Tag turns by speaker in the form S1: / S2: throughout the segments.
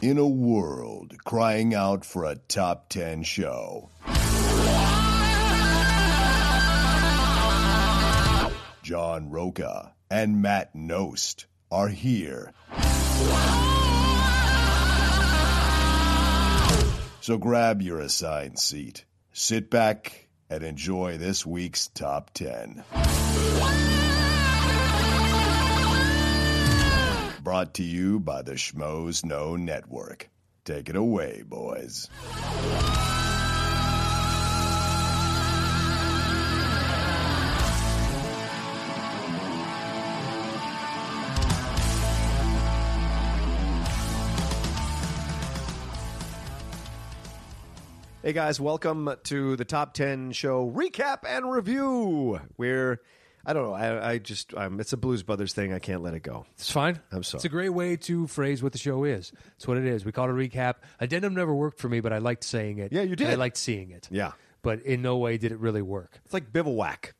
S1: in a world crying out for a top 10 show. John Roca and Matt Nost are here. So grab your assigned seat, sit back, and enjoy this week's top 10. Brought to you by the Schmoes No Network. Take it away, boys.
S2: Hey guys, welcome to the top ten show recap and review. We're I don't know. I, I just um, it's a Blues Brothers thing. I can't let it go.
S3: It's fine.
S2: I'm sorry.
S3: It's a great way to phrase what the show is. It's what it is. We call it a recap. Addendum never worked for me, but I liked saying it.
S2: Yeah, you
S3: and
S2: did.
S3: I liked seeing it.
S2: Yeah.
S3: But in no way did it really work.
S2: It's like bivouac.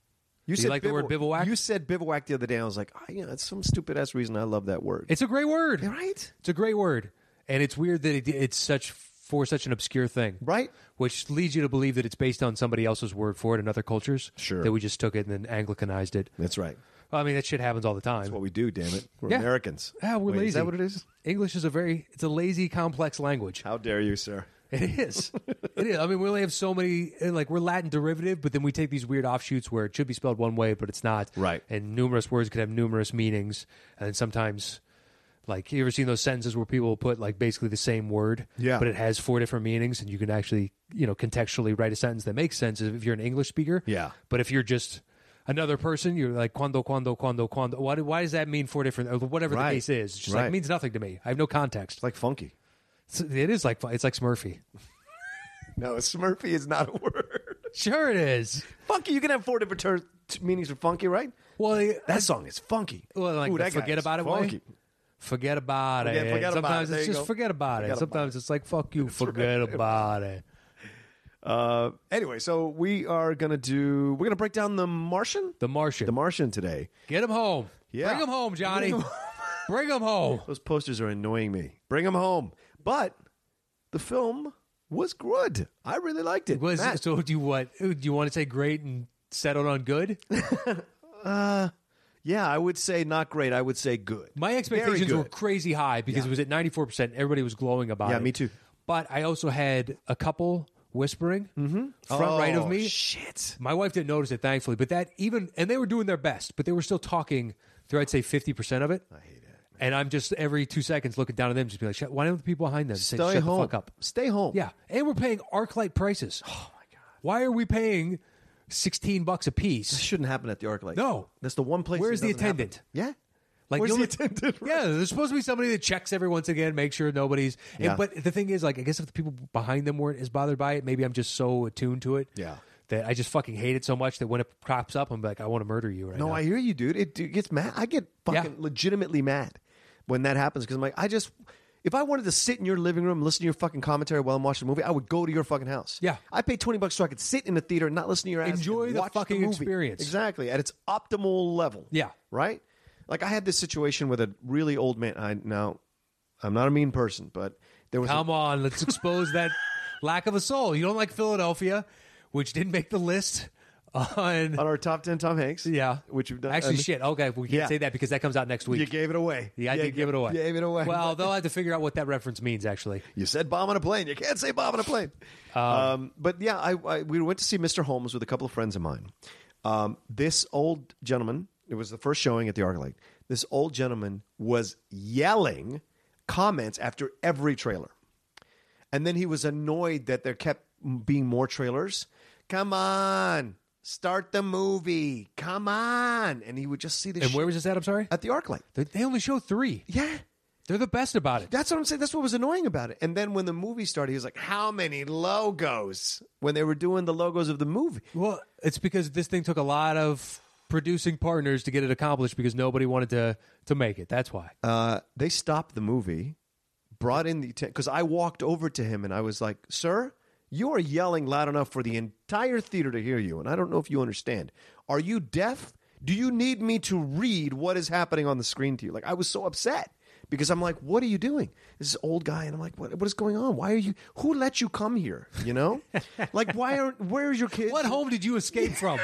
S2: You
S3: like the word bivouac?
S2: You said bivouac the other day. I was like, oh, yeah, that's some stupid ass reason. I love that word.
S3: It's a great word.
S2: right,
S3: It's a great word, and it's weird that it, it's such for such an obscure thing,
S2: right.
S3: Which leads you to believe that it's based on somebody else's word for it in other cultures.
S2: Sure.
S3: That we just took it and then Anglicanized it.
S2: That's right.
S3: I mean, that shit happens all the time.
S2: That's what we do. Damn it, we're
S3: Yeah.
S2: Americans.
S3: Yeah, we're
S2: Wait,
S3: lazy.
S2: Is that what it is?
S3: English is a very it's a lazy, complex language.
S2: How dare you, sir?
S3: It is. it is. I mean, we only have so many. and, Like we're Latin derivative, but then we take these weird offshoots where it should be spelled one way, but it's not.
S2: Right.
S3: And numerous words could have numerous meanings, and sometimes, like you ever seen those sentences where people put like basically the same word,
S2: Yeah.
S3: but it has four different meanings, and you can actually you know contextually write a sentence that makes sense if you're an English speaker.
S2: Yeah.
S3: But if you're just another person, you're like cuando, cuando, cuando, cuando. Why, do- why does that mean four different? Or whatever
S2: Right.
S3: the case is, it's just
S2: Right.
S3: like it means nothing to me. I have no context.
S2: It's like funky.
S3: It's, it is like it's like Smurfy.
S2: No, Smurfy is not a word.
S3: Sure, it is.
S2: funky. You can have four different ter- t- meanings for funky, right?
S3: Well,
S2: That song is funky.
S3: Well, like the
S2: that guy
S3: forget
S2: is
S3: about it way?
S2: Funky.
S3: forget about
S2: Forget-
S3: it.
S2: forget about
S3: Sometimes
S2: it. There
S3: it's
S2: you
S3: just
S2: go.
S3: forget about
S2: Forget
S3: it.
S2: about
S3: Sometimes it's like fuck you, forget about it.
S2: Uh, anyway, so we are gonna do. We're gonna break down the Martian.
S3: The Martian.
S2: The Martian today.
S3: Get him home.
S2: Yeah.
S3: Bring him home, Johnny.
S2: Bring 'em
S3: Bring him home.
S2: Those posters are annoying me. Bring them home. But the film was good. I really liked it.
S3: Was,
S2: Matt,
S3: so do you what? Do you want to say great and settled on good?
S2: yeah, I would say not great. I would say good.
S3: My
S2: Very
S3: expectations
S2: good.
S3: were crazy high because it was at ninety four percent. Everybody was glowing about
S2: Yeah,
S3: it.
S2: me too.
S3: But I also had a couple whispering front right of
S2: Oh,
S3: me.
S2: Shit.
S3: My wife didn't notice it, thankfully, but that even and they were doing their best, but they were still talking through I'd say fifty percent of it. I hate it. And I'm just every two seconds looking down at them, just be like, "Shut- "Why don't the people behind them say,
S2: Stay
S3: shut
S2: home.
S3: the fuck up?"
S2: Stay home.
S3: Yeah, and we're paying ArcLight prices. Oh my god! Why are we paying sixteen bucks a
S2: It
S3: piece?
S2: shouldn't happen at the ArcLight.
S3: No.
S2: That's the one place.
S3: Where's
S2: it
S3: the
S2: doesn't happen.
S3: attendant?
S2: Yeah. Where's
S3: you'll-
S2: the attendant?
S3: Yeah, there's supposed to be somebody that checks every once again, make sure nobody's. and-
S2: Yeah.
S3: but the thing is, like, I guess if the people behind them weren't as bothered by it, maybe I'm just so attuned to it.
S2: Yeah.
S3: That I just fucking hate it so much that when it crops up, I'm like, I want to murder you right
S2: No,
S3: now.
S2: I hear you, dude. It, dude gets mad. I get fucking
S3: Yeah.
S2: legitimately mad when that happens because I'm like, I just, if I wanted to sit in your living room, and listen to your fucking commentary while I'm watching a movie, I would go to your fucking house.
S3: Yeah.
S2: I paid twenty bucks so I could sit in the theater and not listen to your ass.
S3: Enjoy
S2: and
S3: the
S2: watch
S3: fucking
S2: movie.
S3: experience.
S2: exactly at its optimal level.
S3: Yeah.
S2: right. Like I had this situation with a really old man. I now, I'm not a mean person, but there was a-
S3: Come on, let's expose that lack of a soul. You don't like Philadelphia, which didn't make the list on.
S2: on our top ten Tom Hanks.
S3: Yeah,
S2: Uh, which you've done.
S3: Actually,
S2: and
S3: shit. Okay, we can't
S2: Yeah.
S3: say that because that comes out next
S2: You
S3: week.
S2: gave it away.
S3: yeah, I
S2: You
S3: did give it away.
S2: Gave it away.
S3: Well, they'll have to figure out what that reference means. Actually,
S2: You said bomb on a plane. You can't say bomb on a plane. Um, but yeah, I, I we went to see Mr. Holmes with a couple of friends of mine. Um, this old gentleman. It was the first showing at the ArcLight. This old gentleman was yelling comments after every trailer, and then he was annoyed that there kept being more trailers. Come on, start the movie. Come on, and he would just see this.
S3: and where
S2: shit
S3: was this at? I'm sorry.
S2: at the ArcLight?
S3: They- They only show three.
S2: Yeah.
S3: They're the best about it.
S2: That's what I'm saying. That's what was annoying about it. And then when the movie started, he was like, "How many logos?" When they were doing the logos of the movie,
S3: Well, it's because this thing took a lot of producing partners to get it accomplished because nobody wanted to to make it. That's why.
S2: uh, they stopped the movie, brought in the because I walked over to him and I was like, "Sir, you are yelling loud enough for the entire theater to hear you, and I don't know if you understand. Are you deaf? Do you need me to read what is happening on the screen to you?" Like I was so upset because I'm like, what are you doing? This is old guy, and I'm like, what, what is going on? Why are you? Who let you come here? You know, like why aren't? Where's your kids?
S3: What home did you escape from?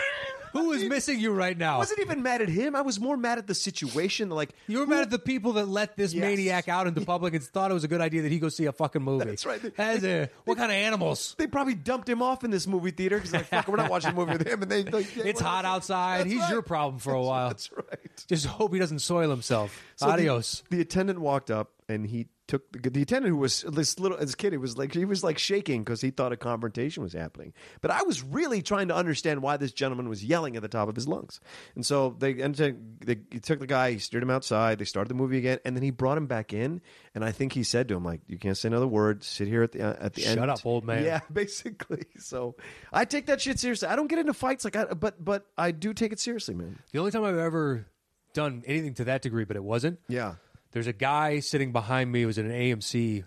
S3: Who is missing you right
S2: I
S3: now?
S2: wasn't even mad at him. I was more mad at the situation. Like
S3: You were mad at the people that let this
S2: Yes.
S3: maniac out into public and thought it was a good idea that he go see a fucking movie.
S2: That's right.
S3: As a- what kind of animals?
S2: they probably dumped him off in this movie theater because like, fuck, we're not watching a movie with him. And they, like,
S3: It's hot outside.
S2: That's
S3: He's
S2: right.
S3: your problem for a while.
S2: That's right.
S3: Just hope he doesn't soil himself.
S2: So the-
S3: Adios.
S2: The, attendant walked up and he took the, the attendant who was this little this kid. He was like he was like shaking because he thought a confrontation was happening. But I was really trying to understand why this gentleman was yelling at the top of his lungs. And so they entered- they he took the guy, he steered him outside. They started the movie again, and then he brought him back in. And I think he said to him like, "You can't say another word. Sit here at the uh, at the
S3: Shut
S2: end."
S3: up, old man.
S2: Yeah, basically. So I take that shit seriously. I don't get into fights like I, but but I do take it seriously, man.
S3: The only time I've ever done anything to that degree, but it wasn't.
S2: Yeah.
S3: There's a guy sitting behind me. It was in an AMC,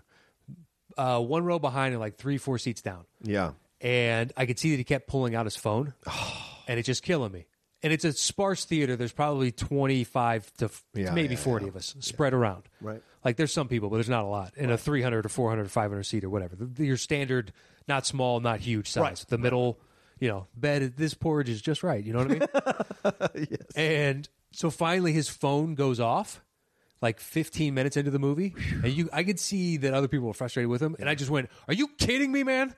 S3: uh, one row behind and like three, four seats down.
S2: Yeah.
S3: and I could see that he kept pulling out his phone, and it's just killing me. And it's a sparse theater. There's probably 25 to f-
S2: Yeah,
S3: maybe
S2: yeah,
S3: 40 of us spread around.
S2: Right.
S3: Like there's some people, but there's not a lot in a 300 or 400 or 500 seat or whatever. The, the- your standard, not small, not huge size.
S2: Right.
S3: The middle, you know, bed. This porridge is just right. You know what I mean? And so finally his phone goes off like 15 minutes into the movie and you I could see that other people were frustrated with him and I just went, "Are you kidding me, man?"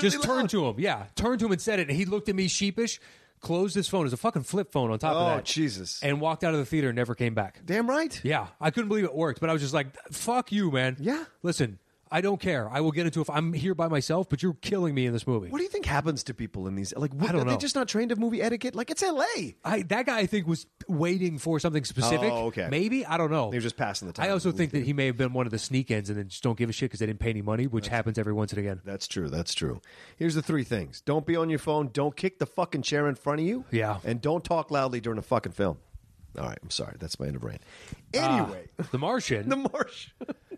S3: just turned to him. Yeah, turned to him and said it and he looked at me sheepish, closed his phone. It was a fucking flip phone on top
S2: Oh,
S3: of that.
S2: Jesus.
S3: And walked out of the theater and never came back.
S2: Damn right.
S3: Yeah, I couldn't believe it worked, but I was just like, "Fuck you, man."
S2: Yeah.
S3: Listen, I don't care. I will get into if I'm here by myself, but you're killing me in this movie.
S2: What do you think happens to people in these? Like, what,
S3: don't
S2: are they
S3: know.
S2: just not trained of movie etiquette? Like, it's L.A.
S3: I that guy I think was waiting for something specific.
S2: Oh, okay.
S3: Maybe I don't know.
S2: He was just passing the time.
S3: I also think that he may have been one of the sneak ends and then just don't give a shit because they didn't pay any money, which happens every once and again.
S2: That's true. That's true. Here's the three things: don't be on your phone, don't kick the fucking chair in front of you,
S3: Yeah.
S2: and don't talk loudly during a fucking film. All right, I'm sorry. That's my inner brain. Anyway,
S3: The Martian.
S2: the Ah. marsh.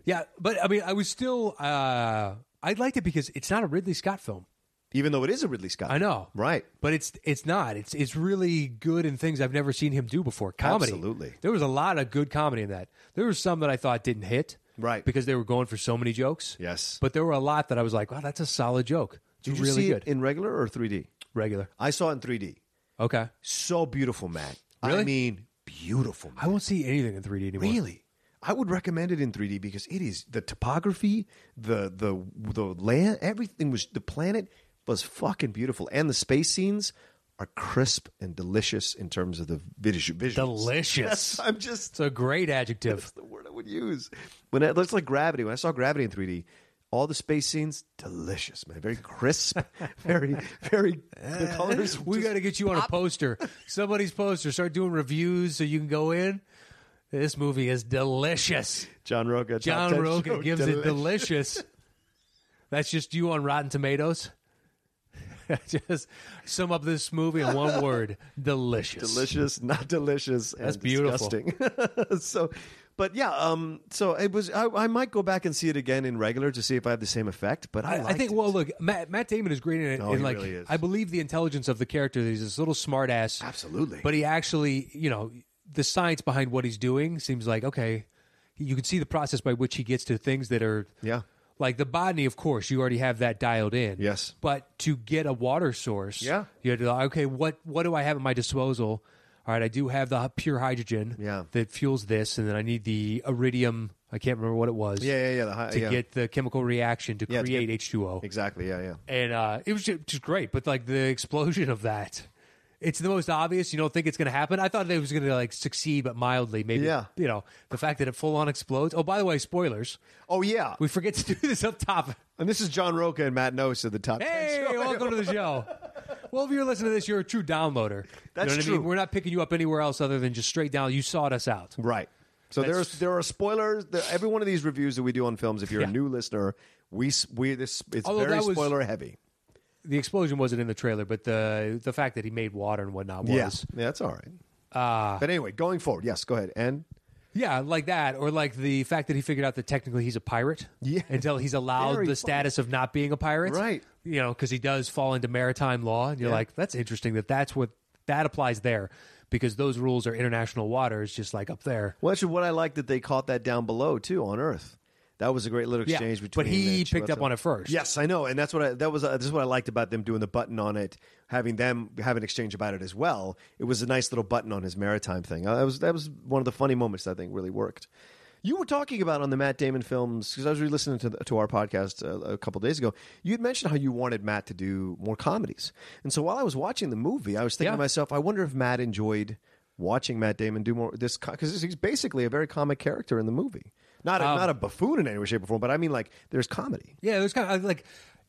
S3: yeah, but I mean, I was still. Uh, I liked it because it's not a Ridley Scott film.
S2: Even though it is a Ridley Scott,
S3: I know,
S2: right?
S3: But it's it's not. It's it's really good in things I've never seen him do before. Comedy,
S2: Absolutely.
S3: There was a lot of good comedy in that. There were some that I thought didn't hit,
S2: Right.
S3: Because they were going for so many jokes.
S2: Yes.
S3: but there were a lot that I was like, wow, that's a solid joke. It's
S2: Did you
S3: really
S2: see
S3: good.
S2: it in regular or 3D?
S3: Regular.
S2: I saw it in 3D.
S3: Okay.
S2: So beautiful, Matt. I
S3: Really?
S2: mean, beautiful.
S3: I won't see anything in 3D anymore.
S2: Really? I would recommend it in 3D because it is the topography, the the the land, everything was the planet was fucking beautiful, and the space scenes are crisp and delicious in terms of the visu- visuals.
S3: Delicious.
S2: I'm just
S3: It's a great adjective.
S2: that's the word I would use when it looks like Gravity. When I saw Gravity in 3D, all the space scenes delicious, man. Very crisp, very very the colors.
S3: We
S2: just-
S3: got to get you on a poster, somebody's poster. Start doing reviews so you can go in. This movie is delicious.
S2: John Roca. top
S3: John
S2: 10
S3: Roca
S2: show,
S3: gives it delicious. That's just you on Rotten Tomatoes. just sum up this movie in one word: delicious.
S2: delicious, not delicious. And
S3: That's beautiful.
S2: Disgusting. so, but yeah, um, so it was. I, I might go back and see it again in regular to see if I have the same effect. But I,
S3: I, I
S2: liked
S3: think.
S2: it.
S3: Well, look, Matt, Matt Damon is great in it.
S2: Oh,
S3: in
S2: he
S3: like,
S2: really is.
S3: I believe the intelligence of the character. That he's this little smartass.
S2: absolutely.
S3: But he actually, you know, the science behind what he's doing seems like okay. You can see the process by which he gets to things that are
S2: Yeah.
S3: like the botany. Of course, you already have that dialed in.
S2: Yes.
S3: but to get a water source,
S2: Yeah.
S3: you had to okay. What what do I have at my disposal? All right, I do have the pure hydrogen.
S2: Yeah.
S3: that fuels this, and then I need the iridium. I can't remember what it was.
S2: yeah, yeah, yeah. The high,
S3: to
S2: yeah.
S3: get the chemical reaction to
S2: Yeah, to
S3: create
S2: get-
S3: H two O
S2: exactly. Yeah, yeah.
S3: and uh, it was ju- just, great. But like the explosion of that, it's the most obvious. You don't think it's going to happen. I thought it was going to like succeed, but mildly, maybe.
S2: Yeah.
S3: You know, the fact that it full on explodes. Oh, by the way, spoilers.
S2: Oh yeah.
S3: We forget to do this up top.
S2: and this is John Roca and Matt Nose at the top. 10
S3: Hey,
S2: show.
S3: welcome to the show. Well, if you're listening to this, you're a true downloader. you
S2: That's
S3: know what I
S2: true.
S3: mean? We're not picking you up anywhere else other than just straight down. You sought us out.
S2: Right. So there are,
S3: That's-
S2: there are spoilers. There, every one of these reviews that we do on films, if you're a
S3: Yeah.
S2: new listener, we s- we this it's
S3: Although
S2: very
S3: that was-
S2: spoiler heavy.
S3: The explosion wasn't in the trailer, but the the fact that he made water and whatnot was.
S2: Yes, yeah, that's all right. Uh, but anyway, going forward, yes, go ahead and
S3: Yeah, like that, or like the fact that he figured out that technically he's a pirate.
S2: Yeah.
S3: until he's allowed
S2: Very
S3: the status of not being a pirate.
S2: Right.
S3: You know, because he does fall into maritime law, and you're like, that's interesting that that's what that applies there. because those rules are international waters, just like up there.
S2: Well, actually, what I like that they caught that down below too on Earth. That was a great little exchange between.
S3: but he
S2: the
S3: picked up
S2: Chiwetel-
S3: on it first.
S2: Yes, I know, and that's what I that was. Uh, this is what I liked about them doing the button on it, having them have an exchange about it as well. It was a nice little button on his maritime thing. Uh, that was that was one of the funny moments that I think really worked. You were talking about on the Matt Damon films because I was re-listening to the, to our podcast uh, a couple days ago. You had mentioned how you wanted Matt to do more comedies, and so while I was watching the movie, I was thinking
S3: Yeah.
S2: to myself, I wonder if Matt enjoyed watching Matt Damon do more this because he's basically a very comic character in the movie. Not a,
S3: Um,
S2: not a buffoon in any way, shape, or form, but I mean like there's comedy.
S3: Yeah, it was kind of like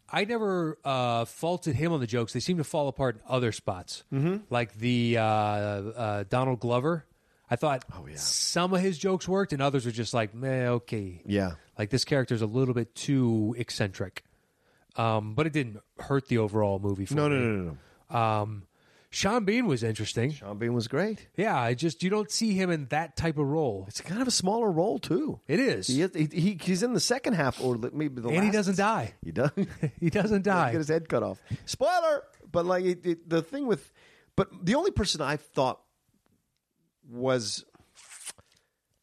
S3: I never uh, faulted him on the jokes. They seem to fall apart in other spots, mm-hmm. like the uh, uh, Donald Glover. I thought
S2: Oh,
S3: some of his jokes worked, and others were just like, meh, okay,
S2: Yeah.
S3: like this character's a little bit too eccentric. Um, but it didn't hurt the overall movie. For me.
S2: no, no.
S3: Um, Sean Bean was interesting.
S2: Sean Bean was great.
S3: Yeah, I just you don't see him in that type of role.
S2: It's kind of a smaller role too.
S3: It is,
S2: He, he, he he's in the second half or li- maybe the
S3: and
S2: last.
S3: he doesn't die.
S2: He does.
S3: He doesn't
S2: Get
S3: die.
S2: his head cut off. Spoiler. But like it, it, the thing with, but the only person I thought was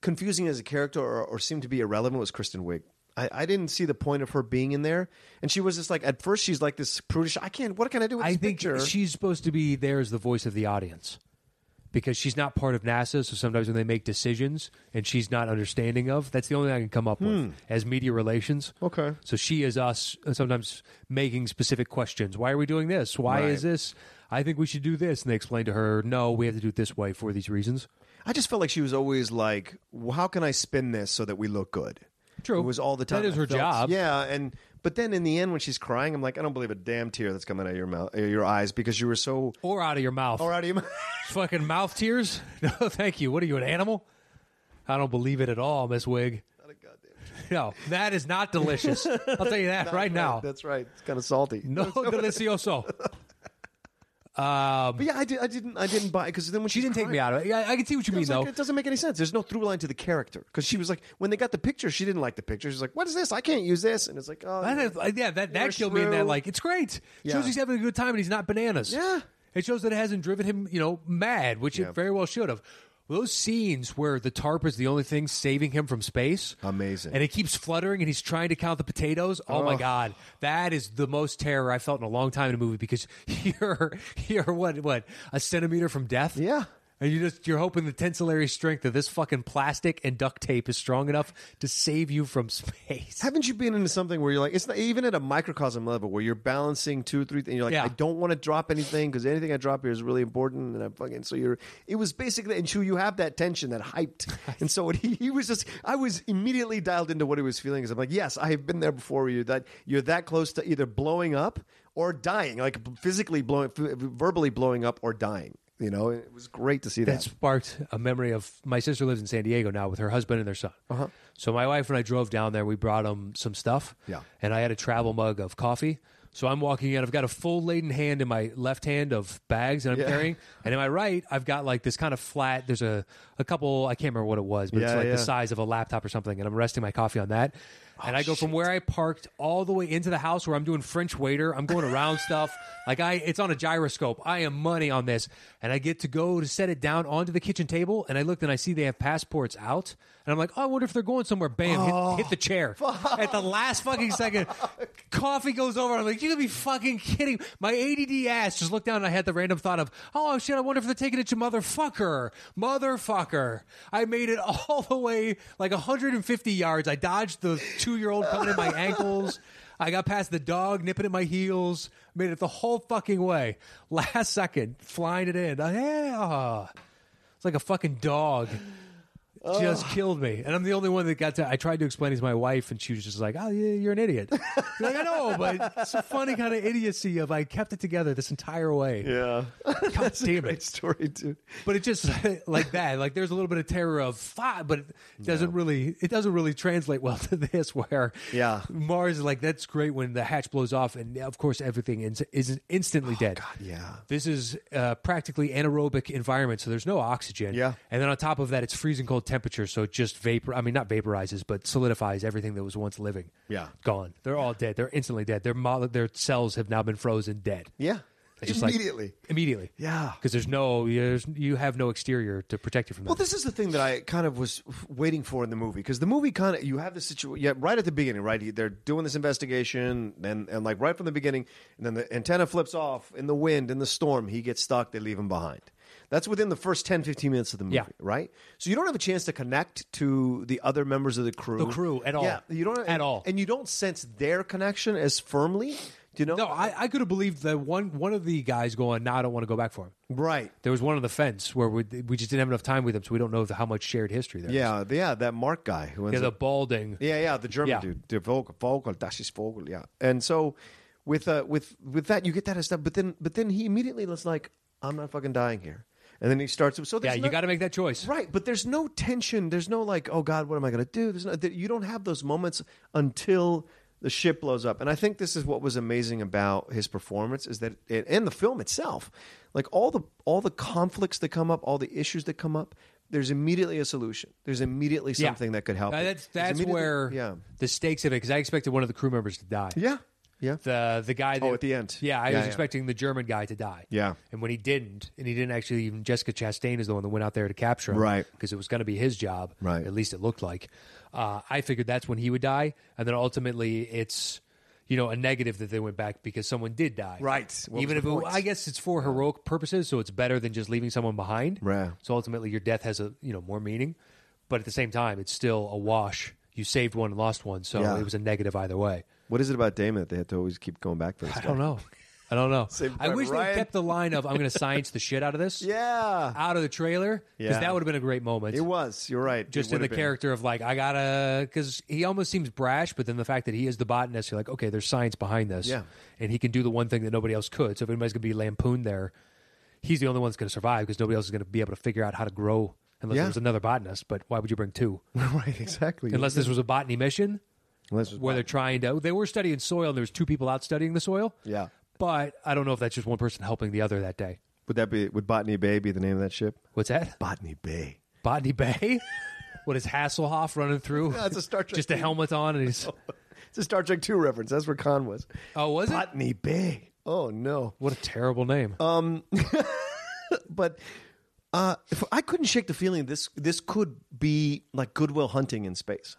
S2: confusing as a character or, or seemed to be irrelevant was Kristen Wiig. I, I didn't see the point of her being in there, and she was just like at first she's like this prudish. I can't. What can I do with
S3: I
S2: this
S3: think
S2: picture?
S3: she's supposed to be there as the voice of the audience because she's not part of NASA. So sometimes when they make decisions and she's not understanding of, that's the only thing I can come up with as media relations.
S2: Hmm. Okay.
S3: So she is us uh, sometimes making specific questions. Why are we doing this? Why is this? I think we should do this. And they explain to her, no, we have to do it this way for these reasons.
S2: I just felt like she was always like, well, "How can I spin this so that we look good?"
S3: True.
S2: it was all the
S3: That
S2: time.
S3: is
S2: I
S3: her
S2: felt-
S3: job.
S2: Yeah, and but then in the end, when she's crying, I'm like, I don't believe a damn tear that's coming out of your mouth, uh, your eyes, because you were so
S3: Or out of your mouth.
S2: far out of your mouth.
S3: Fucking mouth tears? No, thank you. What are you, an animal? I don't believe it at all, Miss Wig. No, that is not delicious. I'll tell you that right now.
S2: That's right. It's kind of salty.
S3: No delicioso.
S2: but yeah, I, did, I didn't. I didn't buy because then when
S3: She didn't take me out of it. Yeah, I can see what you mean, though.
S2: it doesn't make any sense. There's no through line to the character because she was like, when they got the picture, she didn't like the picture. She's like, "What is this? I can't use this." And it's like, "Oh,
S3: I don't- yeah, that,
S2: You're
S3: that
S2: a
S3: killed me in
S2: shrew.
S3: that, like, it's great. It
S2: Yeah.
S3: shows he's having a good time and he's not bananas.
S2: Yeah.
S3: It shows that it hasn't driven him, you know, mad, which it very well should have. Those scenes where the tarp is the only thing saving him from space.
S2: Amazing.
S3: And it keeps fluttering and he's trying to count the potatoes. Oh, my God. That is the most terror I felt in a long time in a movie because you're, you're what, what, a centimeter from death?
S2: Yeah.
S3: And you just you're hoping the tensillary strength of this fucking plastic and duct tape is strong enough to save you from space.
S2: Haven't you been into something where you're like, it's not even at a microcosm level where you're balancing two, three, and you're like,
S3: Yeah.
S2: I don't want to drop anything because anything I drop here is really important, and I'm fucking. So you're, it was basically, and you, you have that tension, that hyped, and so he, he was just, I was immediately dialed into what he was feeling. Because I'm like, yes, I have been there before. Where you're that, you're that close to either blowing up or dying, like physically blowing, f- verbally blowing up or dying. You know, it was great to see that.
S3: That sparked a memory of my sister lives in San Diego now with her husband and their son.
S2: Uh-huh.
S3: So my wife and I drove down there. We brought them some stuff.
S2: Yeah.
S3: And I had a travel mug of coffee. So I'm walking in. I've got a full laden hand in my left hand of bags that I'm carrying, and in my right, I've got like this kind of flat. There's a a couple. I can't remember what it was, but it's
S2: Yeah,
S3: like
S2: yeah. Oh,
S3: the size of a laptop or something. And I'm resting my coffee on that. And I go from where I parked all the way into the house where I'm doing French waiter. I'm going around stuff. Like I it's on a gyroscope. I am money on this. And I get to go to set it down onto the kitchen table. And I looked and I see they have passports out. And I'm like, oh, I wonder if they're going somewhere. Bam, hit- hit,
S2: Oh,
S3: the chair. At the last fucking second, coffee goes over. I'm like, you gotta be fucking kidding. My ADD ass just looked down and I had the random thought of, oh shit, I wonder if they're taking it to motherfucker. Motherfucker. I made it all the way like 150 yards. I dodged the two year old coming in my ankles. I got past the dog nipping at my heels. Made it the whole fucking way. Last second, flying it in. Ah, yeah. It's like a fucking dog. Just killed me, and I'm the only one that got to. I tried to explain it to my wife, and she was just like, "Oh, yeah, you're an idiot." I'm like I know, but it's a funny kind of idiocy of I kept it together this entire way.
S2: yeah,
S3: God damn
S2: great
S3: it!
S2: story too.
S3: But it just like that. Like there's a little bit of terror of thought, but it doesn't really. It doesn't really translate well to this. Where
S2: Yeah.
S3: Mars is like that's great when the hatch blows off, and of course everything is, is instantly dead.
S2: Oh, Yeah.
S3: This is uh, practically anaerobic environment, so there's no oxygen.
S2: Yeah.
S3: And then on top of that, it's freezing cold temperature, so it just vapor. I mean, not vaporizes, but solidifies everything that was once living.
S2: Yeah.
S3: Gone. They're all dead. They're instantly dead. Their mo- their cells have now been frozen dead.
S2: Yeah.
S3: It's just like
S2: immediately.
S3: immediately.
S2: Yeah.
S3: Because there's no, there's, you have no exterior to protect you from that.
S2: Well, this is the thing that I kind of was waiting for in the movie because the movie kind of you have the situation yeah, right at the beginning, right? They're doing this investigation, and and like right from the beginning, and then the antenna flips off in the wind in the storm. He gets stuck. They leave him behind. That's within the first 10, 15 minutes of the movie,
S3: Yeah.
S2: right? So you don't have a chance to connect to the other members of the crew,
S3: The crew, at all.
S2: Yeah, you don't
S3: At all.
S2: and you don't sense their connection as firmly. Do you know?
S3: no, I, I could have believed that one one of the guys going, "No, I don't want to go back for him."
S2: right.
S3: There was one on the fence where we, we just didn't have enough time with him, so we don't know the, how much shared history there. is.
S2: Yeah, yeah, that Mark guy who ends
S3: yeah, the
S2: up
S3: balding.
S2: Yeah, yeah, the German
S3: Yeah.
S2: dude, the Vogel, Vogel, das ist Vogel, yeah. And so with uh, with with that, you get that as stuff, but then but then he immediately was like, "I'm not fucking dying here," and then he starts. So
S3: Yeah,
S2: there's
S3: you
S2: no-
S3: got to make that choice.
S2: right, but there's no tension. There's no like, "Oh God, what am I going to do?" There's no, that you don't have those moments until the ship blows up, and I think this is what was amazing about his performance is that it, and the film itself, like all the all the conflicts that come up, all the issues that come up. There's immediately a solution. There's immediately
S3: Yeah.
S2: something that could help.
S3: Uh,
S2: it.
S3: That's
S2: There's
S3: that's
S2: immediately-
S3: where
S2: yeah.
S3: the stakes of it. Because I expected one of the crew members to die.
S2: Yeah. Yeah.
S3: The the guy. That,
S2: Oh, at the end.
S3: Yeah, I
S2: Yeah,
S3: was
S2: yeah.
S3: expecting the German guy to die.
S2: Yeah.
S3: and when he didn't, and he didn't actually even Jessica Chastain is the one that went out there to capture him,
S2: Right.
S3: Because it was going to be his job,
S2: Right.
S3: At least it looked like. Uh, I figured that's when he would die, and then ultimately it's. You know, a negative that they went back because someone did die.
S2: Right. What was
S3: Even
S2: the
S3: if it,
S2: point?
S3: I guess it's for heroic purposes, so it's better than just leaving someone behind.
S2: Right.
S3: So ultimately, your death has a you know more meaning, but at the same time, it's still a wash. You saved one and lost one, so
S2: Yeah.
S3: it was a negative either way.
S2: What is it about Damon that they had to always keep going back for this?
S3: I don't know. I don't know.
S2: Saved
S3: I
S2: by
S3: wish
S2: Ryan.
S3: they kept the line of "I'm going to science the shit out of this,"
S2: Yeah.
S3: out of the trailer, because
S2: Yeah.
S3: that would have been a great moment.
S2: It was. You're right.
S3: just
S2: It
S3: in the
S2: would've been.
S3: character of like I gotta, because he almost seems brash, but then the fact that he is the botanist, you're like, okay, there's science behind this,
S2: Yeah.
S3: and he can do the one thing that nobody else could. So if anybody's gonna be lampooned there, he's the only one that's gonna survive because nobody else is gonna be able to figure out how to grow unless
S2: Yeah.
S3: there was another botanist. But why would you bring two?
S2: right. Exactly.
S3: Unless this was a botany mission
S2: Unless it was-
S3: where they're trying to, they were studying soil and there was two people out studying the soil.
S2: Yeah.
S3: But I don't know if that's just one person helping the other that day.
S2: would that be would Botany Bay be the name of that ship?
S3: What's that?
S2: Botany Bay.
S3: Botany Bay? what is Hasselhoff running through?
S2: Yeah, it's a Star Trek
S3: Just a
S2: thing.
S3: helmet on and he's.
S2: It's a Star Trek Two reference. That's where Khan was.
S3: Oh, was it?
S2: Botany Bay. Oh no.
S3: What a terrible name.
S2: Uh, But uh, if I couldn't shake the feeling this this could be like Goodwill Hunting in space.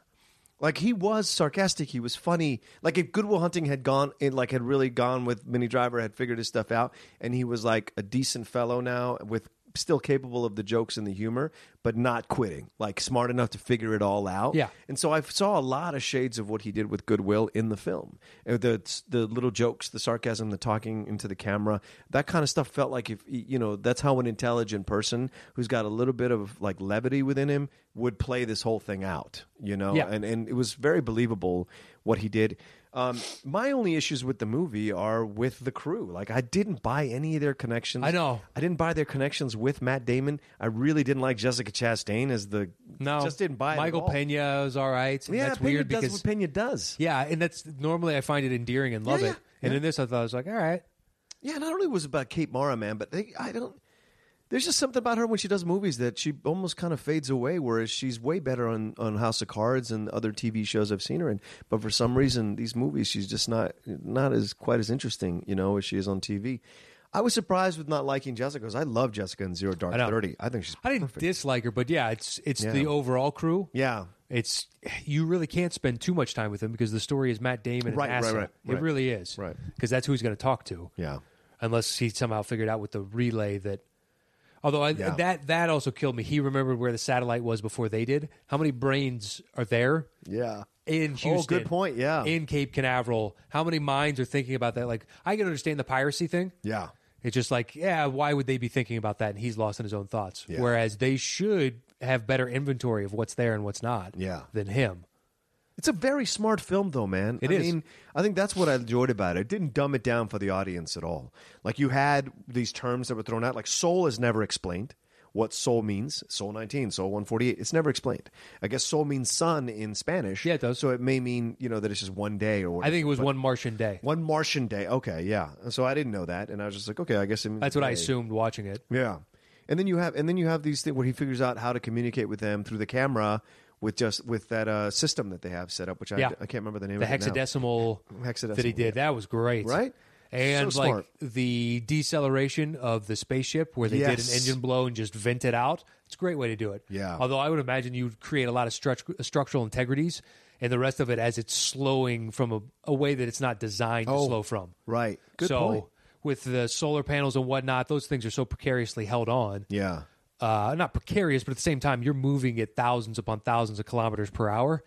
S2: Like he was sarcastic, he was funny. Like if Goodwill Hunting had gone, it like had really gone with Mini Driver, had figured his stuff out, and he was like a decent fellow now, with still capable of the jokes and the humor, but not quitting. Like smart enough to figure it all out.
S3: Yeah.
S2: And so I saw a lot of shades of what he did with Goodwill in the film. Uh, The the little jokes, the sarcasm, the talking into the camera, that kind of stuff felt like if you know that's how an intelligent person who's got a little bit of like levity within him would play this whole thing out. You know,
S3: Yeah.
S2: and and it was very believable what he did. Um, my only issues with the movie are with the crew. Like I didn't buy any of their connections.
S3: I know.
S2: I didn't buy their connections with Matt Damon. I really didn't like Jessica Chastain as the
S3: no.
S2: Just didn't buy it at
S3: Michael
S2: all.
S3: Pena is all right. and
S2: Yeah,
S3: that's
S2: Pena
S3: weird
S2: does
S3: because.
S2: what Pena does.
S3: yeah, and that's normally I find it endearing and love
S2: Yeah,
S3: it. And in this, I thought I was like, all right.
S2: Yeah, not only was it about Kate Mara, man, but they, I don't. There's just something about her when she does movies that she almost kind of fades away. Whereas she's way better on, on House of Cards and other TV shows I've seen her in. But for some reason, these movies she's just not not as quite as interesting, you know, as she is on TV. I was surprised with not liking Jessica because I love Jessica in Zero Dark
S3: know.
S2: Thirty. I think she's
S3: I didn't dislike her, but yeah, it's it's
S2: Yeah.
S3: the overall crew.
S2: yeah.
S3: It's you really can't spend too much time with him because the story is Matt Damon and
S2: Right, right,
S3: Asa.
S2: right, right.
S3: It really is.
S2: Right.
S3: Because that's who he's going to talk to.
S2: Yeah.
S3: Unless he somehow figured out with the relay that although I,
S2: Yeah.
S3: that that also killed me. He remembered where the satellite was before they did. How many brains are there
S2: Yeah.
S3: in Houston?
S2: Oh, good point, yeah.
S3: In Cape Canaveral. How many minds are thinking about that? Like I can understand the piracy thing.
S2: Yeah.
S3: It's just like, yeah, why would they be thinking about that? And he's lost in his own thoughts. Whereas they should have better inventory of what's there and what's not
S2: Yeah.
S3: than him.
S2: It's a very smart film, though, man.
S3: It
S2: I
S3: is.
S2: mean, I think that's what I enjoyed about it. It didn't dumb it down for the audience at all. Like you had these terms that were thrown out, like soul is never explained. What soul means, soul 19, soul 148, it's never explained. I guess soul means sun in Spanish.
S3: Yeah, it does.
S2: So it may mean, you know, that it's just one day or
S3: I
S2: whatever.
S3: think it was one Martian day.
S2: one Martian day. Okay, yeah. So I didn't know that. And I was just like, okay, I guess it means
S3: That's what I
S2: day.
S3: assumed watching it.
S2: Yeah, and then you have and then you have these things where he figures out how to communicate with them through the camera with just with that uh, system that they have set up, which I,
S3: Yeah.
S2: I can't remember the name
S3: The
S2: of it now.
S3: hexadecimal,
S2: Hexadecimal,
S3: that he did. That was great.
S2: right?
S3: and
S2: So
S3: like
S2: smart.
S3: the deceleration of the spaceship where they did
S2: Yes.
S3: an engine blow and just vent it out. It's a great way to do it.
S2: Yeah.
S3: Although I would imagine you'd create a lot of struct- structural integrities and the rest of it as it's slowing from a, a way that it's not designed
S2: Oh.
S3: to slow from.
S2: Right. Good
S3: so
S2: point.
S3: with the solar panels and whatnot, those things are so precariously held on.
S2: Yeah.
S3: Uh, not precarious, but at the same time, you're moving at thousands upon thousands of kilometers per hour.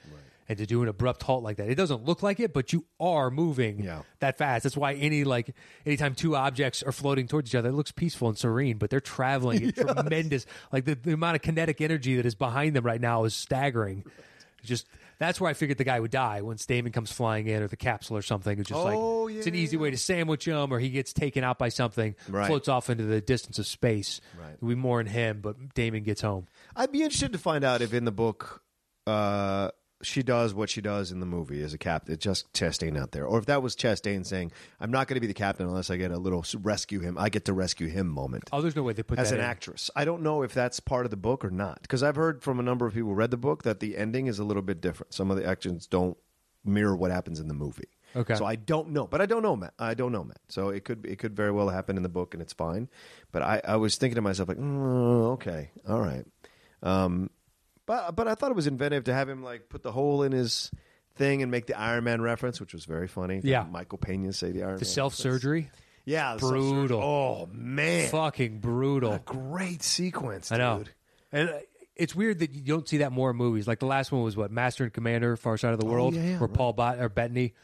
S3: And to do an abrupt halt like that, it doesn't look like it, but you are moving
S2: Yeah.
S3: that fast. That's why any like anytime two objects are floating towards each other, it looks peaceful and serene, but they're traveling at tremendous. Like the, the amount of kinetic energy that is behind them right now is staggering. It's Just that's where I figured the guy would die once Damon comes flying in or the capsule or something. It's just
S2: Oh,
S3: like
S2: yeah,
S3: it's an
S2: yeah,
S3: easy way to sandwich him, or he gets taken out by something,
S2: Right.
S3: floats off into the distance of space.
S2: Right.
S3: We mourn him, but Damon gets home.
S2: I'd be interested to find out if in the book uh, she does what she does in the movie as a captain. It's just Chastain out there, or if that was Chastain saying, "I'm not going to be the captain unless I get a little s- rescue him. I get to rescue him moment."
S3: Oh, there's no way they put
S2: as
S3: that
S2: an
S3: in.
S2: actress, I don't know if that's part of the book or not because I've heard from a number of people who read the book that the ending is a little bit different. Some of the actions don't mirror what happens in the movie.
S3: Okay.
S2: so I don't know, but I don't know, Matt. I don't know, Matt. So it could it could very well happen in the book, and it's fine. But I, I was thinking to myself like, mm, okay, all right, um, but but I thought it was inventive to have him like put the hole in his thing and make the Iron Man reference, which was very funny.
S3: Yeah.
S2: Michael Pena say the Iron
S3: The
S2: Man.
S3: self surgery,
S2: yeah, the self-surgery.
S3: brutal.
S2: Oh man,
S3: fucking brutal.
S2: great sequence.
S3: I
S2: Ah, Dude.
S3: know. And uh, it's weird that you don't see that more in movies. Like the last one was what Master and Commander, Far Side of the World,
S2: Oh, yeah, yeah,
S3: where Paul Bot or Bettany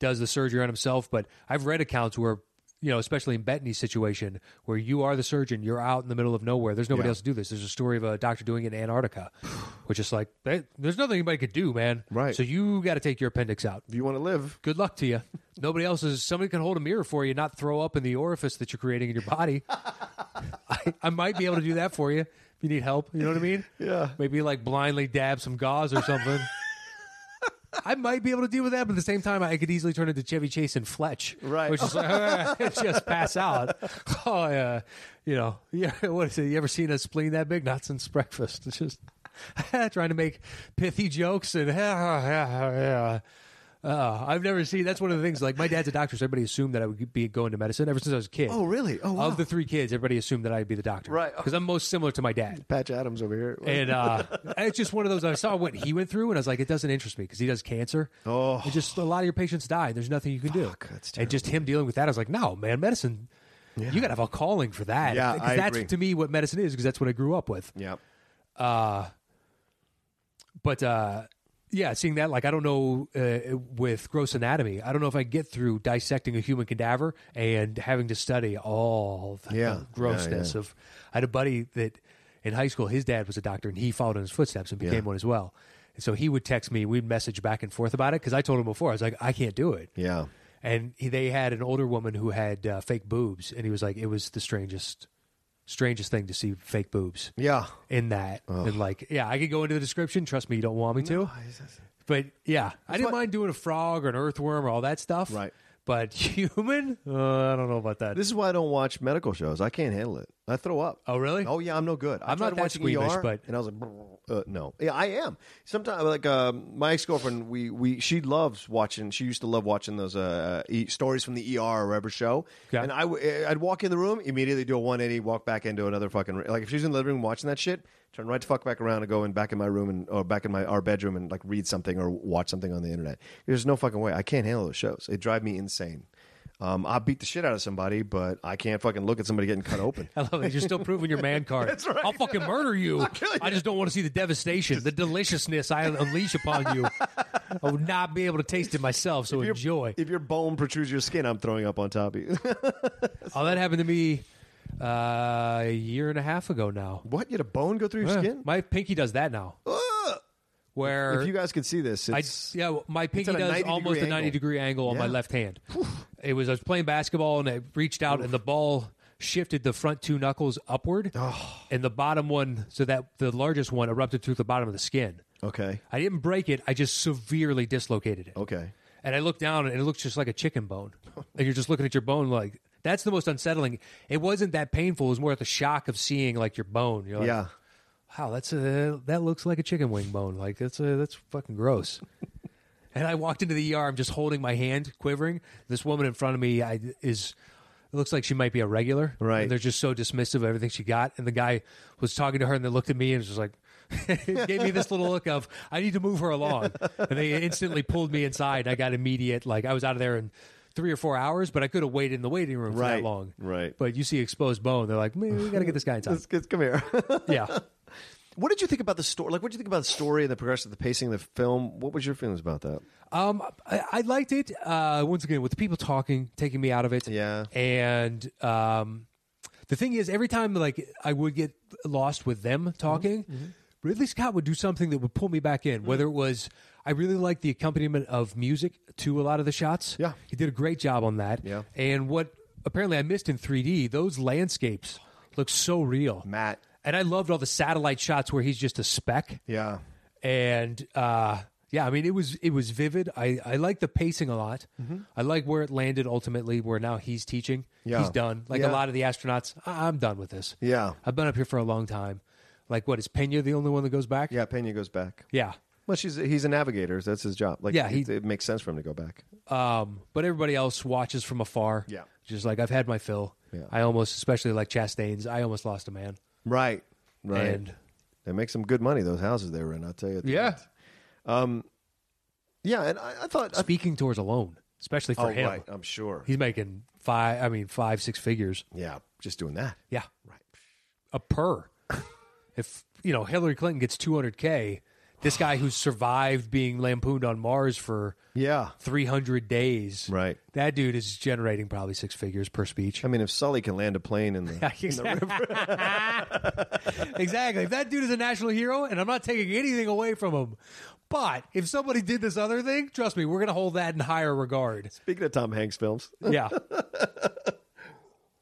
S3: does the surgery on himself. But I've read accounts where you know, especially in Bettany's situation, where you are the surgeon, you're out in the middle of nowhere. There's nobody
S2: Yeah.
S3: else to do this. There's a story of a doctor doing it in Antarctica, which is like they, there's nothing anybody could do, man.
S2: Right.
S3: So you got to take your appendix out.
S2: If you want to live,
S3: Good luck to you. Nobody else is. Somebody can hold a mirror for you, not throw up in the orifice that you're creating in your body. I, I might be able to do that for you if you need help. You know what I mean?
S2: Yeah.
S3: Maybe like blindly dab some gauze or something. I might be able to deal with that, but at the same time, I could easily turn into Chevy Chase and Fletch,
S2: Right.
S3: Which is like just pass out. Oh yeah, you know, yeah. What is it? You ever seen a spleen that big? Not since breakfast. It's just trying to make pithy jokes and Uh, I've never seen. That's one of the things. Like my dad's a doctor, so everybody assumed that I would be going to medicine ever since I was a kid.
S2: Oh, really? Oh, wow.
S3: Of the three kids, everybody assumed that I'd be the doctor,
S2: Right.
S3: Because I'm most similar to my dad.
S2: Patch Adams over here.
S3: And uh, it's just one of those I saw what he went through, and I was like, it doesn't interest me because he does cancer.
S2: Oh.
S3: And just a lot of your patients die. There's nothing you can do.
S2: that's
S3: and just him dealing with that, I was like, no, man, medicine. You got to have a calling for that.
S2: Yeah,
S3: 'Cause
S2: I
S3: that's
S2: agree.
S3: to me what medicine is because that's what I grew up with.
S2: yeah,
S3: But uh, yeah, seeing that, like, I don't know uh, with gross anatomy, I don't know if I can get through dissecting a human cadaver and having to study all the
S2: Yeah.
S3: grossness of. I had a buddy that in high school, his dad was a doctor, and he followed in his footsteps and became
S2: Yeah.
S3: one as well. And so he would text me, we'd message back and forth about it because I told him before, I was like, I can't do it.
S2: yeah.
S3: And he, they had an older woman who had uh, fake boobs, and he was like, it was the strangest, strangest thing to see fake boobs
S2: Yeah.
S3: in that. And like, yeah, I could go into the description. Trust me, you don't want me to. But yeah, I didn't mind doing a frog or an earthworm or all that stuff.
S2: Right.
S3: But human, uh, I don't know about that.
S2: This is why I don't watch medical shows. I can't handle it. I throw up.
S3: oh, really?
S2: Oh yeah, I'm no good. I
S3: I'm
S2: tried
S3: not that
S2: watching
S3: squeamish,
S2: ER,
S3: but-
S2: and I was like, "Brr, uh, no, yeah, I am. Sometimes, like um, my ex girlfriend, we we she loves watching. She used to love watching those uh, e- stories from the ER or whatever show.
S3: Okay.
S2: And I w- I'd walk in the room immediately, do a 180, walk back into another fucking r- like if she's in the living room watching that shit, turn right the fuck back around and go in back in my room and or back in my our bedroom and like read something or watch something on the internet. There's no fucking way. I can't handle those shows. They drive me insane. Um, I beat the shit out of somebody, but I can't fucking look at somebody getting cut open.
S3: I love it. You're still proving your man card. That's right. I'll fucking murder you.
S2: kill you.
S3: I just don't want to see the devastation, the deliciousness I unleash upon you. I would not be able to taste it myself. So
S2: your-
S3: enjoy.
S2: If your bone protrudes your skin, I'm throwing up on top of you.
S3: Oh, that happened to me uh, a year and a half ago now.
S2: what? You had a bone go through your
S3: Yeah,
S2: skin?
S3: My pinky does that now. Where
S2: if you guys could see this,
S3: I
S2: it's
S3: yeah, well, my pinky
S2: at a
S3: does
S2: 90
S3: almost a
S2: degree
S3: ninety
S2: angle.
S3: degree angle on my
S2: Yeah.
S3: left hand. It was I was playing basketball and I reached out and the ball shifted the front two knuckles upward, and the bottom one so that the largest one erupted through the bottom of the skin.
S2: okay.
S3: I didn't break it; I just severely dislocated it.
S2: Okay.
S3: And I looked down and it looks just like a chicken bone. And you're just looking at your bone like that's the most unsettling. It wasn't that painful; it was more at the shock of seeing like your bone. You're like,
S2: Yeah.
S3: wow, that's a that looks like a chicken wing bone. Like that's a that's fucking gross. And I walked into the ER. I'm just holding my hand, quivering. This woman in front of me I, is. It looks like she might be a regular.
S2: Right.
S3: And they're just so dismissive of everything she got. And the guy was talking to her, and they looked at me and was just like. gave me this little look of I need to move her along, and they instantly pulled me inside. And I got immediate like I was out of there in three or four hours, but I could have waited in the waiting room for
S2: Right,
S3: that long.
S2: right.
S3: But you see exposed bone, they're like, man, we got to get this guy inside.
S2: Let's, let's come here.
S3: yeah.
S2: what did you think about the story? Like, what did you think about the story and the progression, of the pacing of the film? What was your feelings about that?
S3: Um, I, I liked it. Uh, once again, with the people talking, taking me out of it.
S2: Yeah.
S3: And um, the thing is, every time like I would get lost with them
S2: Mm-hmm.
S3: talking, Ridley Scott would do something that would pull me back
S2: Mm-hmm.
S3: in. Whether it was, I really liked the accompaniment of music to a lot of the shots.
S2: Yeah.
S3: he did a great job on that.
S2: Yeah.
S3: And what apparently I missed in 3D, those landscapes look so real.
S2: Matt.
S3: And I loved all the satellite shots where he's just a speck
S2: Yeah,
S3: and uh, yeah, I mean it was it was vivid. I I like the pacing a lot.
S2: Mm-hmm.
S3: I like where it landed ultimately. Where now he's teaching,
S2: Yeah.
S3: he's done. Like
S2: Yeah.
S3: a lot of the astronauts, I- I'm done with this.
S2: yeah,
S3: I've been up here for a long time. Like what is Pena the only one that goes back?
S2: yeah. Pena goes back.
S3: yeah.
S2: Well, she's he's a navigator. So that's his job. Like,
S3: Yeah, he-
S2: it, it makes sense for him to go back.
S3: Um, but everybody else watches from afar.
S2: Yeah.
S3: just like I've had my fill.
S2: Yeah.
S3: I almost, especially like Chastain's, I almost lost a man.
S2: Right, right.
S3: And
S2: They make some good money those houses they were in. I'll tell you.
S3: yeah,
S2: yeah. And I, I thought, I,
S3: speaking tours alone, especially for
S2: oh
S3: him,
S2: right, I'm sure.
S3: he's making five. I mean, five six figures.
S2: yeah, just doing that.
S3: Yeah.
S2: Right.
S3: a per. if you know Hillary Clinton gets 200k, this guy who survived being lampooned on Mars for
S2: Yeah.
S3: 300 days,
S2: Right.
S3: That dude is generating probably six figures per speech.
S2: I mean, if Sully can land a plane in the
S3: exactly. If that dude is a national hero, and I'm not taking anything away from him, but if somebody did this other thing, trust me, we're gonna hold that in higher regard.
S2: Speaking of Tom Hanks films,
S3: Yeah.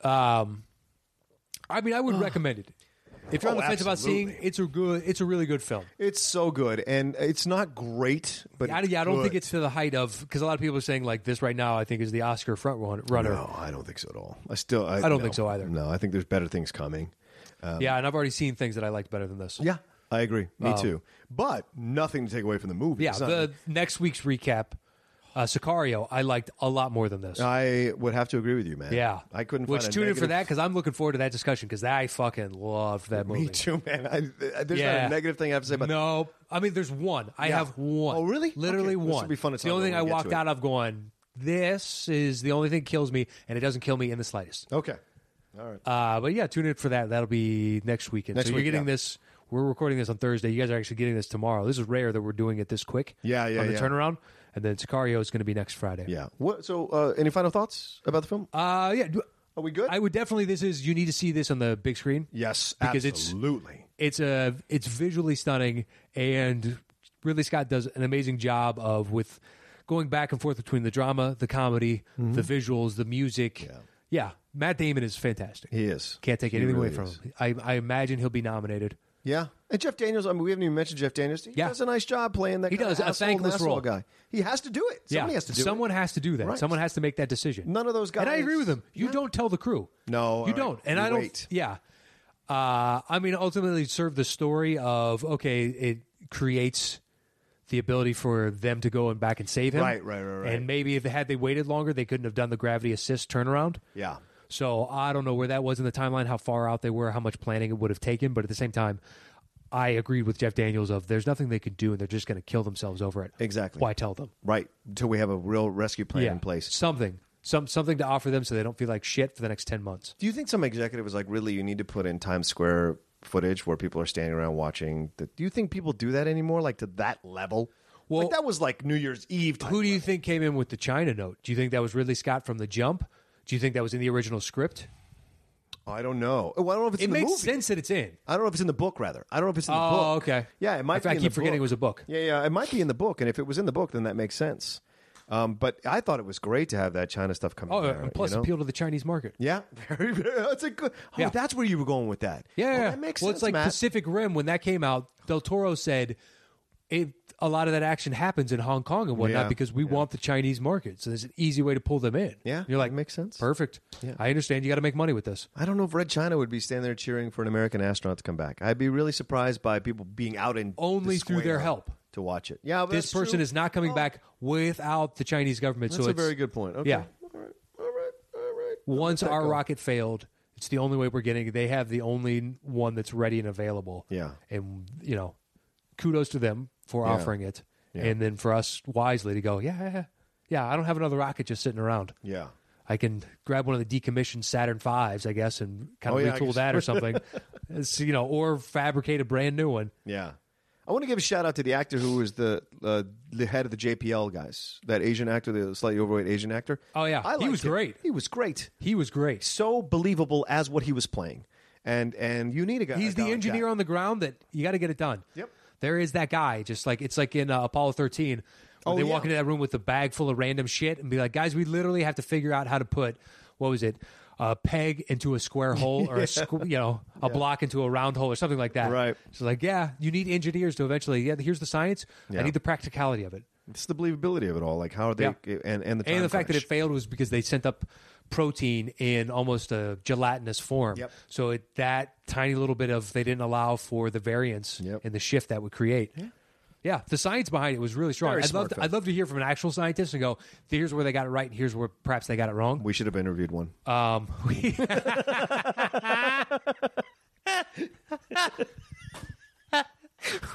S3: um, I mean, I would recommend it. If you're on
S2: Oh,
S3: the fence about seeing,
S2: absolutely.
S3: it's a good, it's a really good film.
S2: it's so good, and it's not great, but
S3: I,
S2: it's
S3: yeah, I don't
S2: good.
S3: think it's to the height of because a lot of people are saying like this right now. I think is the Oscar front run- runner.
S2: No, I don't think so at all. I still, I,
S3: I don't
S2: no.
S3: think so either.
S2: No, I think there's better things coming.
S3: yeah, and I've already seen things that I liked better than this.
S2: Yeah, I agree. Me too. But nothing to take away from the movie.
S3: Um, yeah.
S2: It's not-
S3: The next week's recap, uh, Sicario, I liked a lot more than this.
S2: I would have to agree with you, man.
S3: yeah,
S2: Uh, I couldn't.
S3: Which
S2: find a
S3: tune in for
S2: negative-
S3: that because I'm looking forward to that discussion because I fucking loved that movie.
S2: Me too, man. I, I- there's not
S3: Yeah.
S2: a negative thing I have to say about.
S3: No, I mean there's one. I
S2: Yeah.
S3: have one.
S2: Oh, really?
S3: Literally
S2: Okay, this
S3: one.
S2: will be fun to
S3: It's
S2: talk
S3: the only thing
S2: about
S3: I
S2: when we get
S3: walked
S2: to it.
S3: out of going. This is the only thing that kills me, and it doesn't kill me in the slightest.
S2: Okay. All right.
S3: Uh, but yeah, tune in for that. That'll be next weekend.
S2: Next
S3: so
S2: week,
S3: you're getting
S2: yeah.
S3: this. We're recording this on Thursday. You guys are actually getting this tomorrow. This is rare that we're doing it this quick.
S2: Yeah, yeah,
S3: On the
S2: yeah.
S3: turnaround, and then Sicario is going to be next Friday.
S2: yeah. What? So, uh, any final thoughts about the film?
S3: Uh, yeah. do-
S2: Are we good?
S3: I would definitely. This is you need to see this on the big screen.
S2: yes,
S3: because it's-
S2: absolutely.
S3: It's a. It's visually stunning, and Ridley Scott does an amazing job of with going back and forth between the drama, the comedy,
S2: Mm-hmm.
S3: the visuals, the music. Yeah. Matt Damon is fantastic.
S2: he is.
S3: Can't take
S2: He
S3: anything
S2: really
S3: away from
S2: is.
S3: him. I, I imagine he'll be nominated.
S2: Yeah, and Jeff Daniels. I mean, we haven't even mentioned Jeff Daniels. He
S3: Yeah.
S2: does a nice job playing that.
S3: He
S2: kind
S3: does,
S2: of
S3: a
S2: asshole,
S3: thankless
S2: asshole
S3: role.
S2: guy. He has to do it. Somebody has to do
S3: Someone
S2: it.
S3: has to do that.
S2: Right.
S3: Someone has to make that decision.
S2: None of those guys.
S3: And I agree with him. You don't tell the crew.
S2: No, all
S3: you
S2: right.
S3: don't. And
S2: You
S3: I don't.
S2: wait.
S3: Yeah. Uh, I mean, ultimately, it served the story of okay, it creates the ability for them to go and back and save him.
S2: Right, right, right, right.
S3: And maybe if had they waited longer, they couldn't have done the gravity assist turnaround.
S2: Yeah.
S3: So I don't know where that was in the timeline, how far out they were, how much planning it would have taken. But at the same time, I agreed with Jeff Daniels of there's nothing they could do, and they're just going to kill themselves over it.
S2: Exactly.
S3: Why tell them?
S2: Right. Until we have a real rescue plan in place.
S3: Something, some something to offer them so they don't feel like shit for the next ten months.
S2: Do you think some executive was like, really, you need to put in Times Square footage where people are standing around watching? The, do you think people do that anymore? Like to that level?
S3: Well-
S2: like, that was like New Year's Eve. Type
S3: Who do you think came in with the China note? Do you think that was Ridley Scott from the jump? Do you think that was in the original script?
S2: I don't know. Oh, I don't know if it's
S3: It
S2: in the
S3: makes
S2: movie.
S3: sense that it's in.
S2: I don't know if it's in the book. Rather, I don't know if it's in the book.
S3: Oh, okay.
S2: Yeah, it might.
S3: I,
S2: be
S3: I
S2: in
S3: keep
S2: the
S3: forgetting
S2: book.
S3: it was a book.
S2: Yeah, yeah, it might be in the book, and if it was in the book, then that makes sense. Um, but I thought it was great to have that China stuff come.
S3: Oh,
S2: in there,
S3: and plus
S2: you know?
S3: appeal to the Chinese market.
S2: Yeah, very, very. That's a good. Oh,
S3: Yeah.
S2: that's where you were going with that.
S3: Yeah,
S2: Oh,
S3: yeah.
S2: that makes
S3: well,
S2: sense.
S3: it's like
S2: Matt.
S3: Pacific Rim when that came out. Del Toro said, it, "A lot of that action happens in Hong Kong and whatnot
S2: Yeah,
S3: because we want the Chinese market, so there's an easy way to pull them in."
S2: Yeah,
S3: you're like,
S2: that makes sense.
S3: Perfect. I understand. You got to make money with this.
S2: I don't know if Red China would be standing there cheering for an American astronaut to come back. I'd be really surprised by people being out in
S3: only
S2: the
S3: through their
S2: square.
S3: help.
S2: to watch it. Yeah, but
S3: this
S2: that's
S3: person
S2: true.
S3: is not coming back without the Chinese government.
S2: That's
S3: so
S2: a
S3: it's,
S2: very good point. Okay.
S3: Yeah.
S2: All right. All right. All right.
S3: once
S2: Let that
S3: our
S2: go.
S3: rocket failed, it's the only way we're getting. They have the only one that's ready and available.
S2: Yeah.
S3: and you know, kudos to them for offering it, and then for us wisely to go, yeah, yeah, yeah. I don't have another rocket just sitting around.
S2: Yeah.
S3: I can grab one of the decommissioned Saturn Fives, I guess, and kind
S2: Oh,
S3: of
S2: yeah, I
S3: retool
S2: guess.
S3: that or something. It's, you know, or fabricate a brand new one.
S2: Yeah. I want to give a shout out to the actor who was the uh, the head of the JPL guys, that Asian actor, the slightly overweight Asian actor.
S3: Oh, yeah.
S2: I
S3: He
S2: liked
S3: was
S2: him.
S3: great.
S2: He was great.
S3: He was great.
S2: So believable as what he was playing, and and you need a guy.
S3: He's
S2: a guy
S3: the
S2: like
S3: engineer on the ground that you got to get it done.
S2: Yep.
S3: There is that guy, just like it's like in uh, Apollo 13. When
S2: Oh,
S3: they
S2: yeah.
S3: walk into that room with a bag full of random shit and be like, guys, we literally have to figure out how to put, what was it, a peg into a square hole or a squ- you know a block into a round hole or something like that.
S2: Right.
S3: So like, yeah, you need engineers to eventually. Yeah, here's the science.
S2: Yeah.
S3: I need the practicality of it.
S2: that. It's the believability of it all. Like how are they
S3: Yeah.
S2: and and the time
S3: and the fact that
S2: crunch.
S3: it failed was because they sent up protein in almost a gelatinous form.
S2: Yep.
S3: So it, that tiny little bit of they didn't allow for the variance
S2: Yep.
S3: and the shift that would create. Yeah. the science behind it was really strong.
S2: Very
S3: I'd love,
S2: smart
S3: to,
S2: film.
S3: I'd love to hear from an actual scientist and go, here's where they got it right, and here's where perhaps they got it wrong.
S2: we should have interviewed one.
S3: Um, we-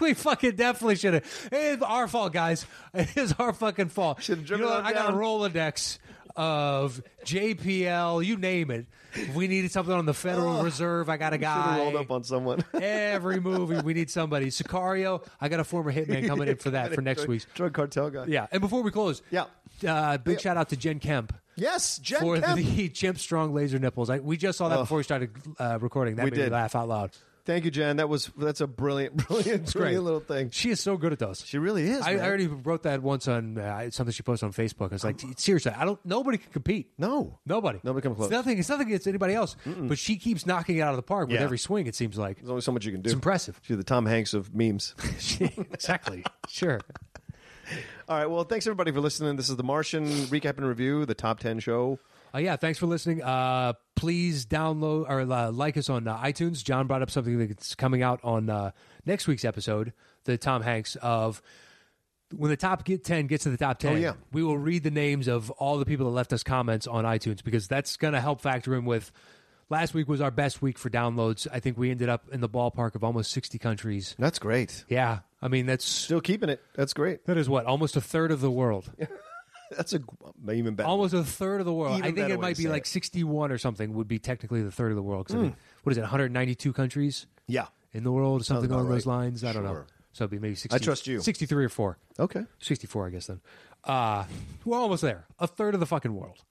S3: we fucking definitely should have. It's our fault, guys. It is our fucking fault.
S2: Should've
S3: you
S2: driven
S3: know what?
S2: them
S3: I got a
S2: down.
S3: Rolodex of JPL, you name it. If we needed something on the Federal Reserve, I got a
S2: Should have
S3: guy.
S2: rolled up on someone.
S3: Every movie, we need somebody. Sicario, I got a former hitman coming in for that for next
S2: Drug-
S3: week's.
S2: drug cartel guy.
S3: Yeah, and before we close,
S2: Yeah.
S3: uh, big shout out to Jen Kemp.
S2: Yes, Jen
S3: for
S2: Kemp. Oh.
S3: the Chimp Strong laser nipples. I, we just saw that before we started uh, recording. That
S2: We
S3: made me
S2: did.
S3: laugh out loud.
S2: Thank you, Jen. That was that's a brilliant, brilliant,
S3: Great
S2: brilliant little thing.
S3: She is so good at those.
S2: She really is.
S3: I, I
S2: man.
S3: already wrote that once on uh, something she posted on Facebook. I was like, seriously, I don't. Nobody can compete.
S2: no.
S3: Nobody.
S2: Nobody come close.
S3: It's nothing. It's nothing against anybody else. But she keeps knocking it out of the park with
S2: Yeah.
S3: every swing. It seems like
S2: There's only so much you can do.
S3: it's impressive.
S2: She's the Tom Hanks of memes.
S3: exactly. Sure.
S2: All right. Well, thanks everybody for listening. This is the Martian recap and review, the top ten show.
S3: Uh, yeah, thanks for listening. Uh, please download or uh, like us on uh, iTunes. John brought up something that's coming out on uh, next week's episode, the Tom Hanks of when the top get 10 gets to the top 10.
S2: yeah.
S3: We will read the names of all the people that left us comments on iTunes because that's going to help factor in with last week was our best week for downloads. I think we ended up in the ballpark of almost 60 countries.
S2: That's great.
S3: Yeah. I mean, that's
S2: Still keeping it. That's great.
S3: that is what almost a third of the world.
S2: That's a g- even better.
S3: almost a third of the world.
S2: Even
S3: I think
S2: better
S3: it
S2: way
S3: might
S2: to
S3: be
S2: say
S3: like
S2: it. Hmm.
S3: 61 or something would be technically the third of the world. 'cause I mean, what is it? 192 countries
S2: yeah.
S3: in the world, something
S2: about
S3: along those
S2: right.
S3: lines. I don't know.
S2: Sure.
S3: So it'd be maybe 60,
S2: trust you.
S3: 63 or four,
S2: Okay.
S3: 64, I guess. Then uh, we're almost there. A third of the fucking world.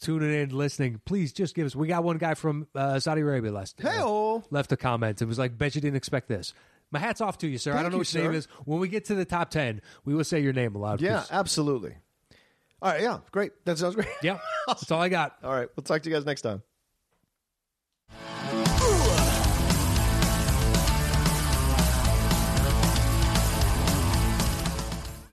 S3: Tuning in, listening. Please just give us. We got one guy from uh, Saudi Arabia last
S2: Hey-o.
S3: left a comment and was like, "Bet you didn't expect this." My hat's off to you, sir. I
S2: Thank
S3: don't know
S2: you,
S3: what your name
S2: sir.
S3: is. When we get to the top ten, we will say your name aloud.
S2: Yeah.
S3: 'cause-
S2: Absolutely. All right. Yeah. Great. That sounds great.
S3: yeah. That's all I got.
S2: All right. We'll talk to you guys next time.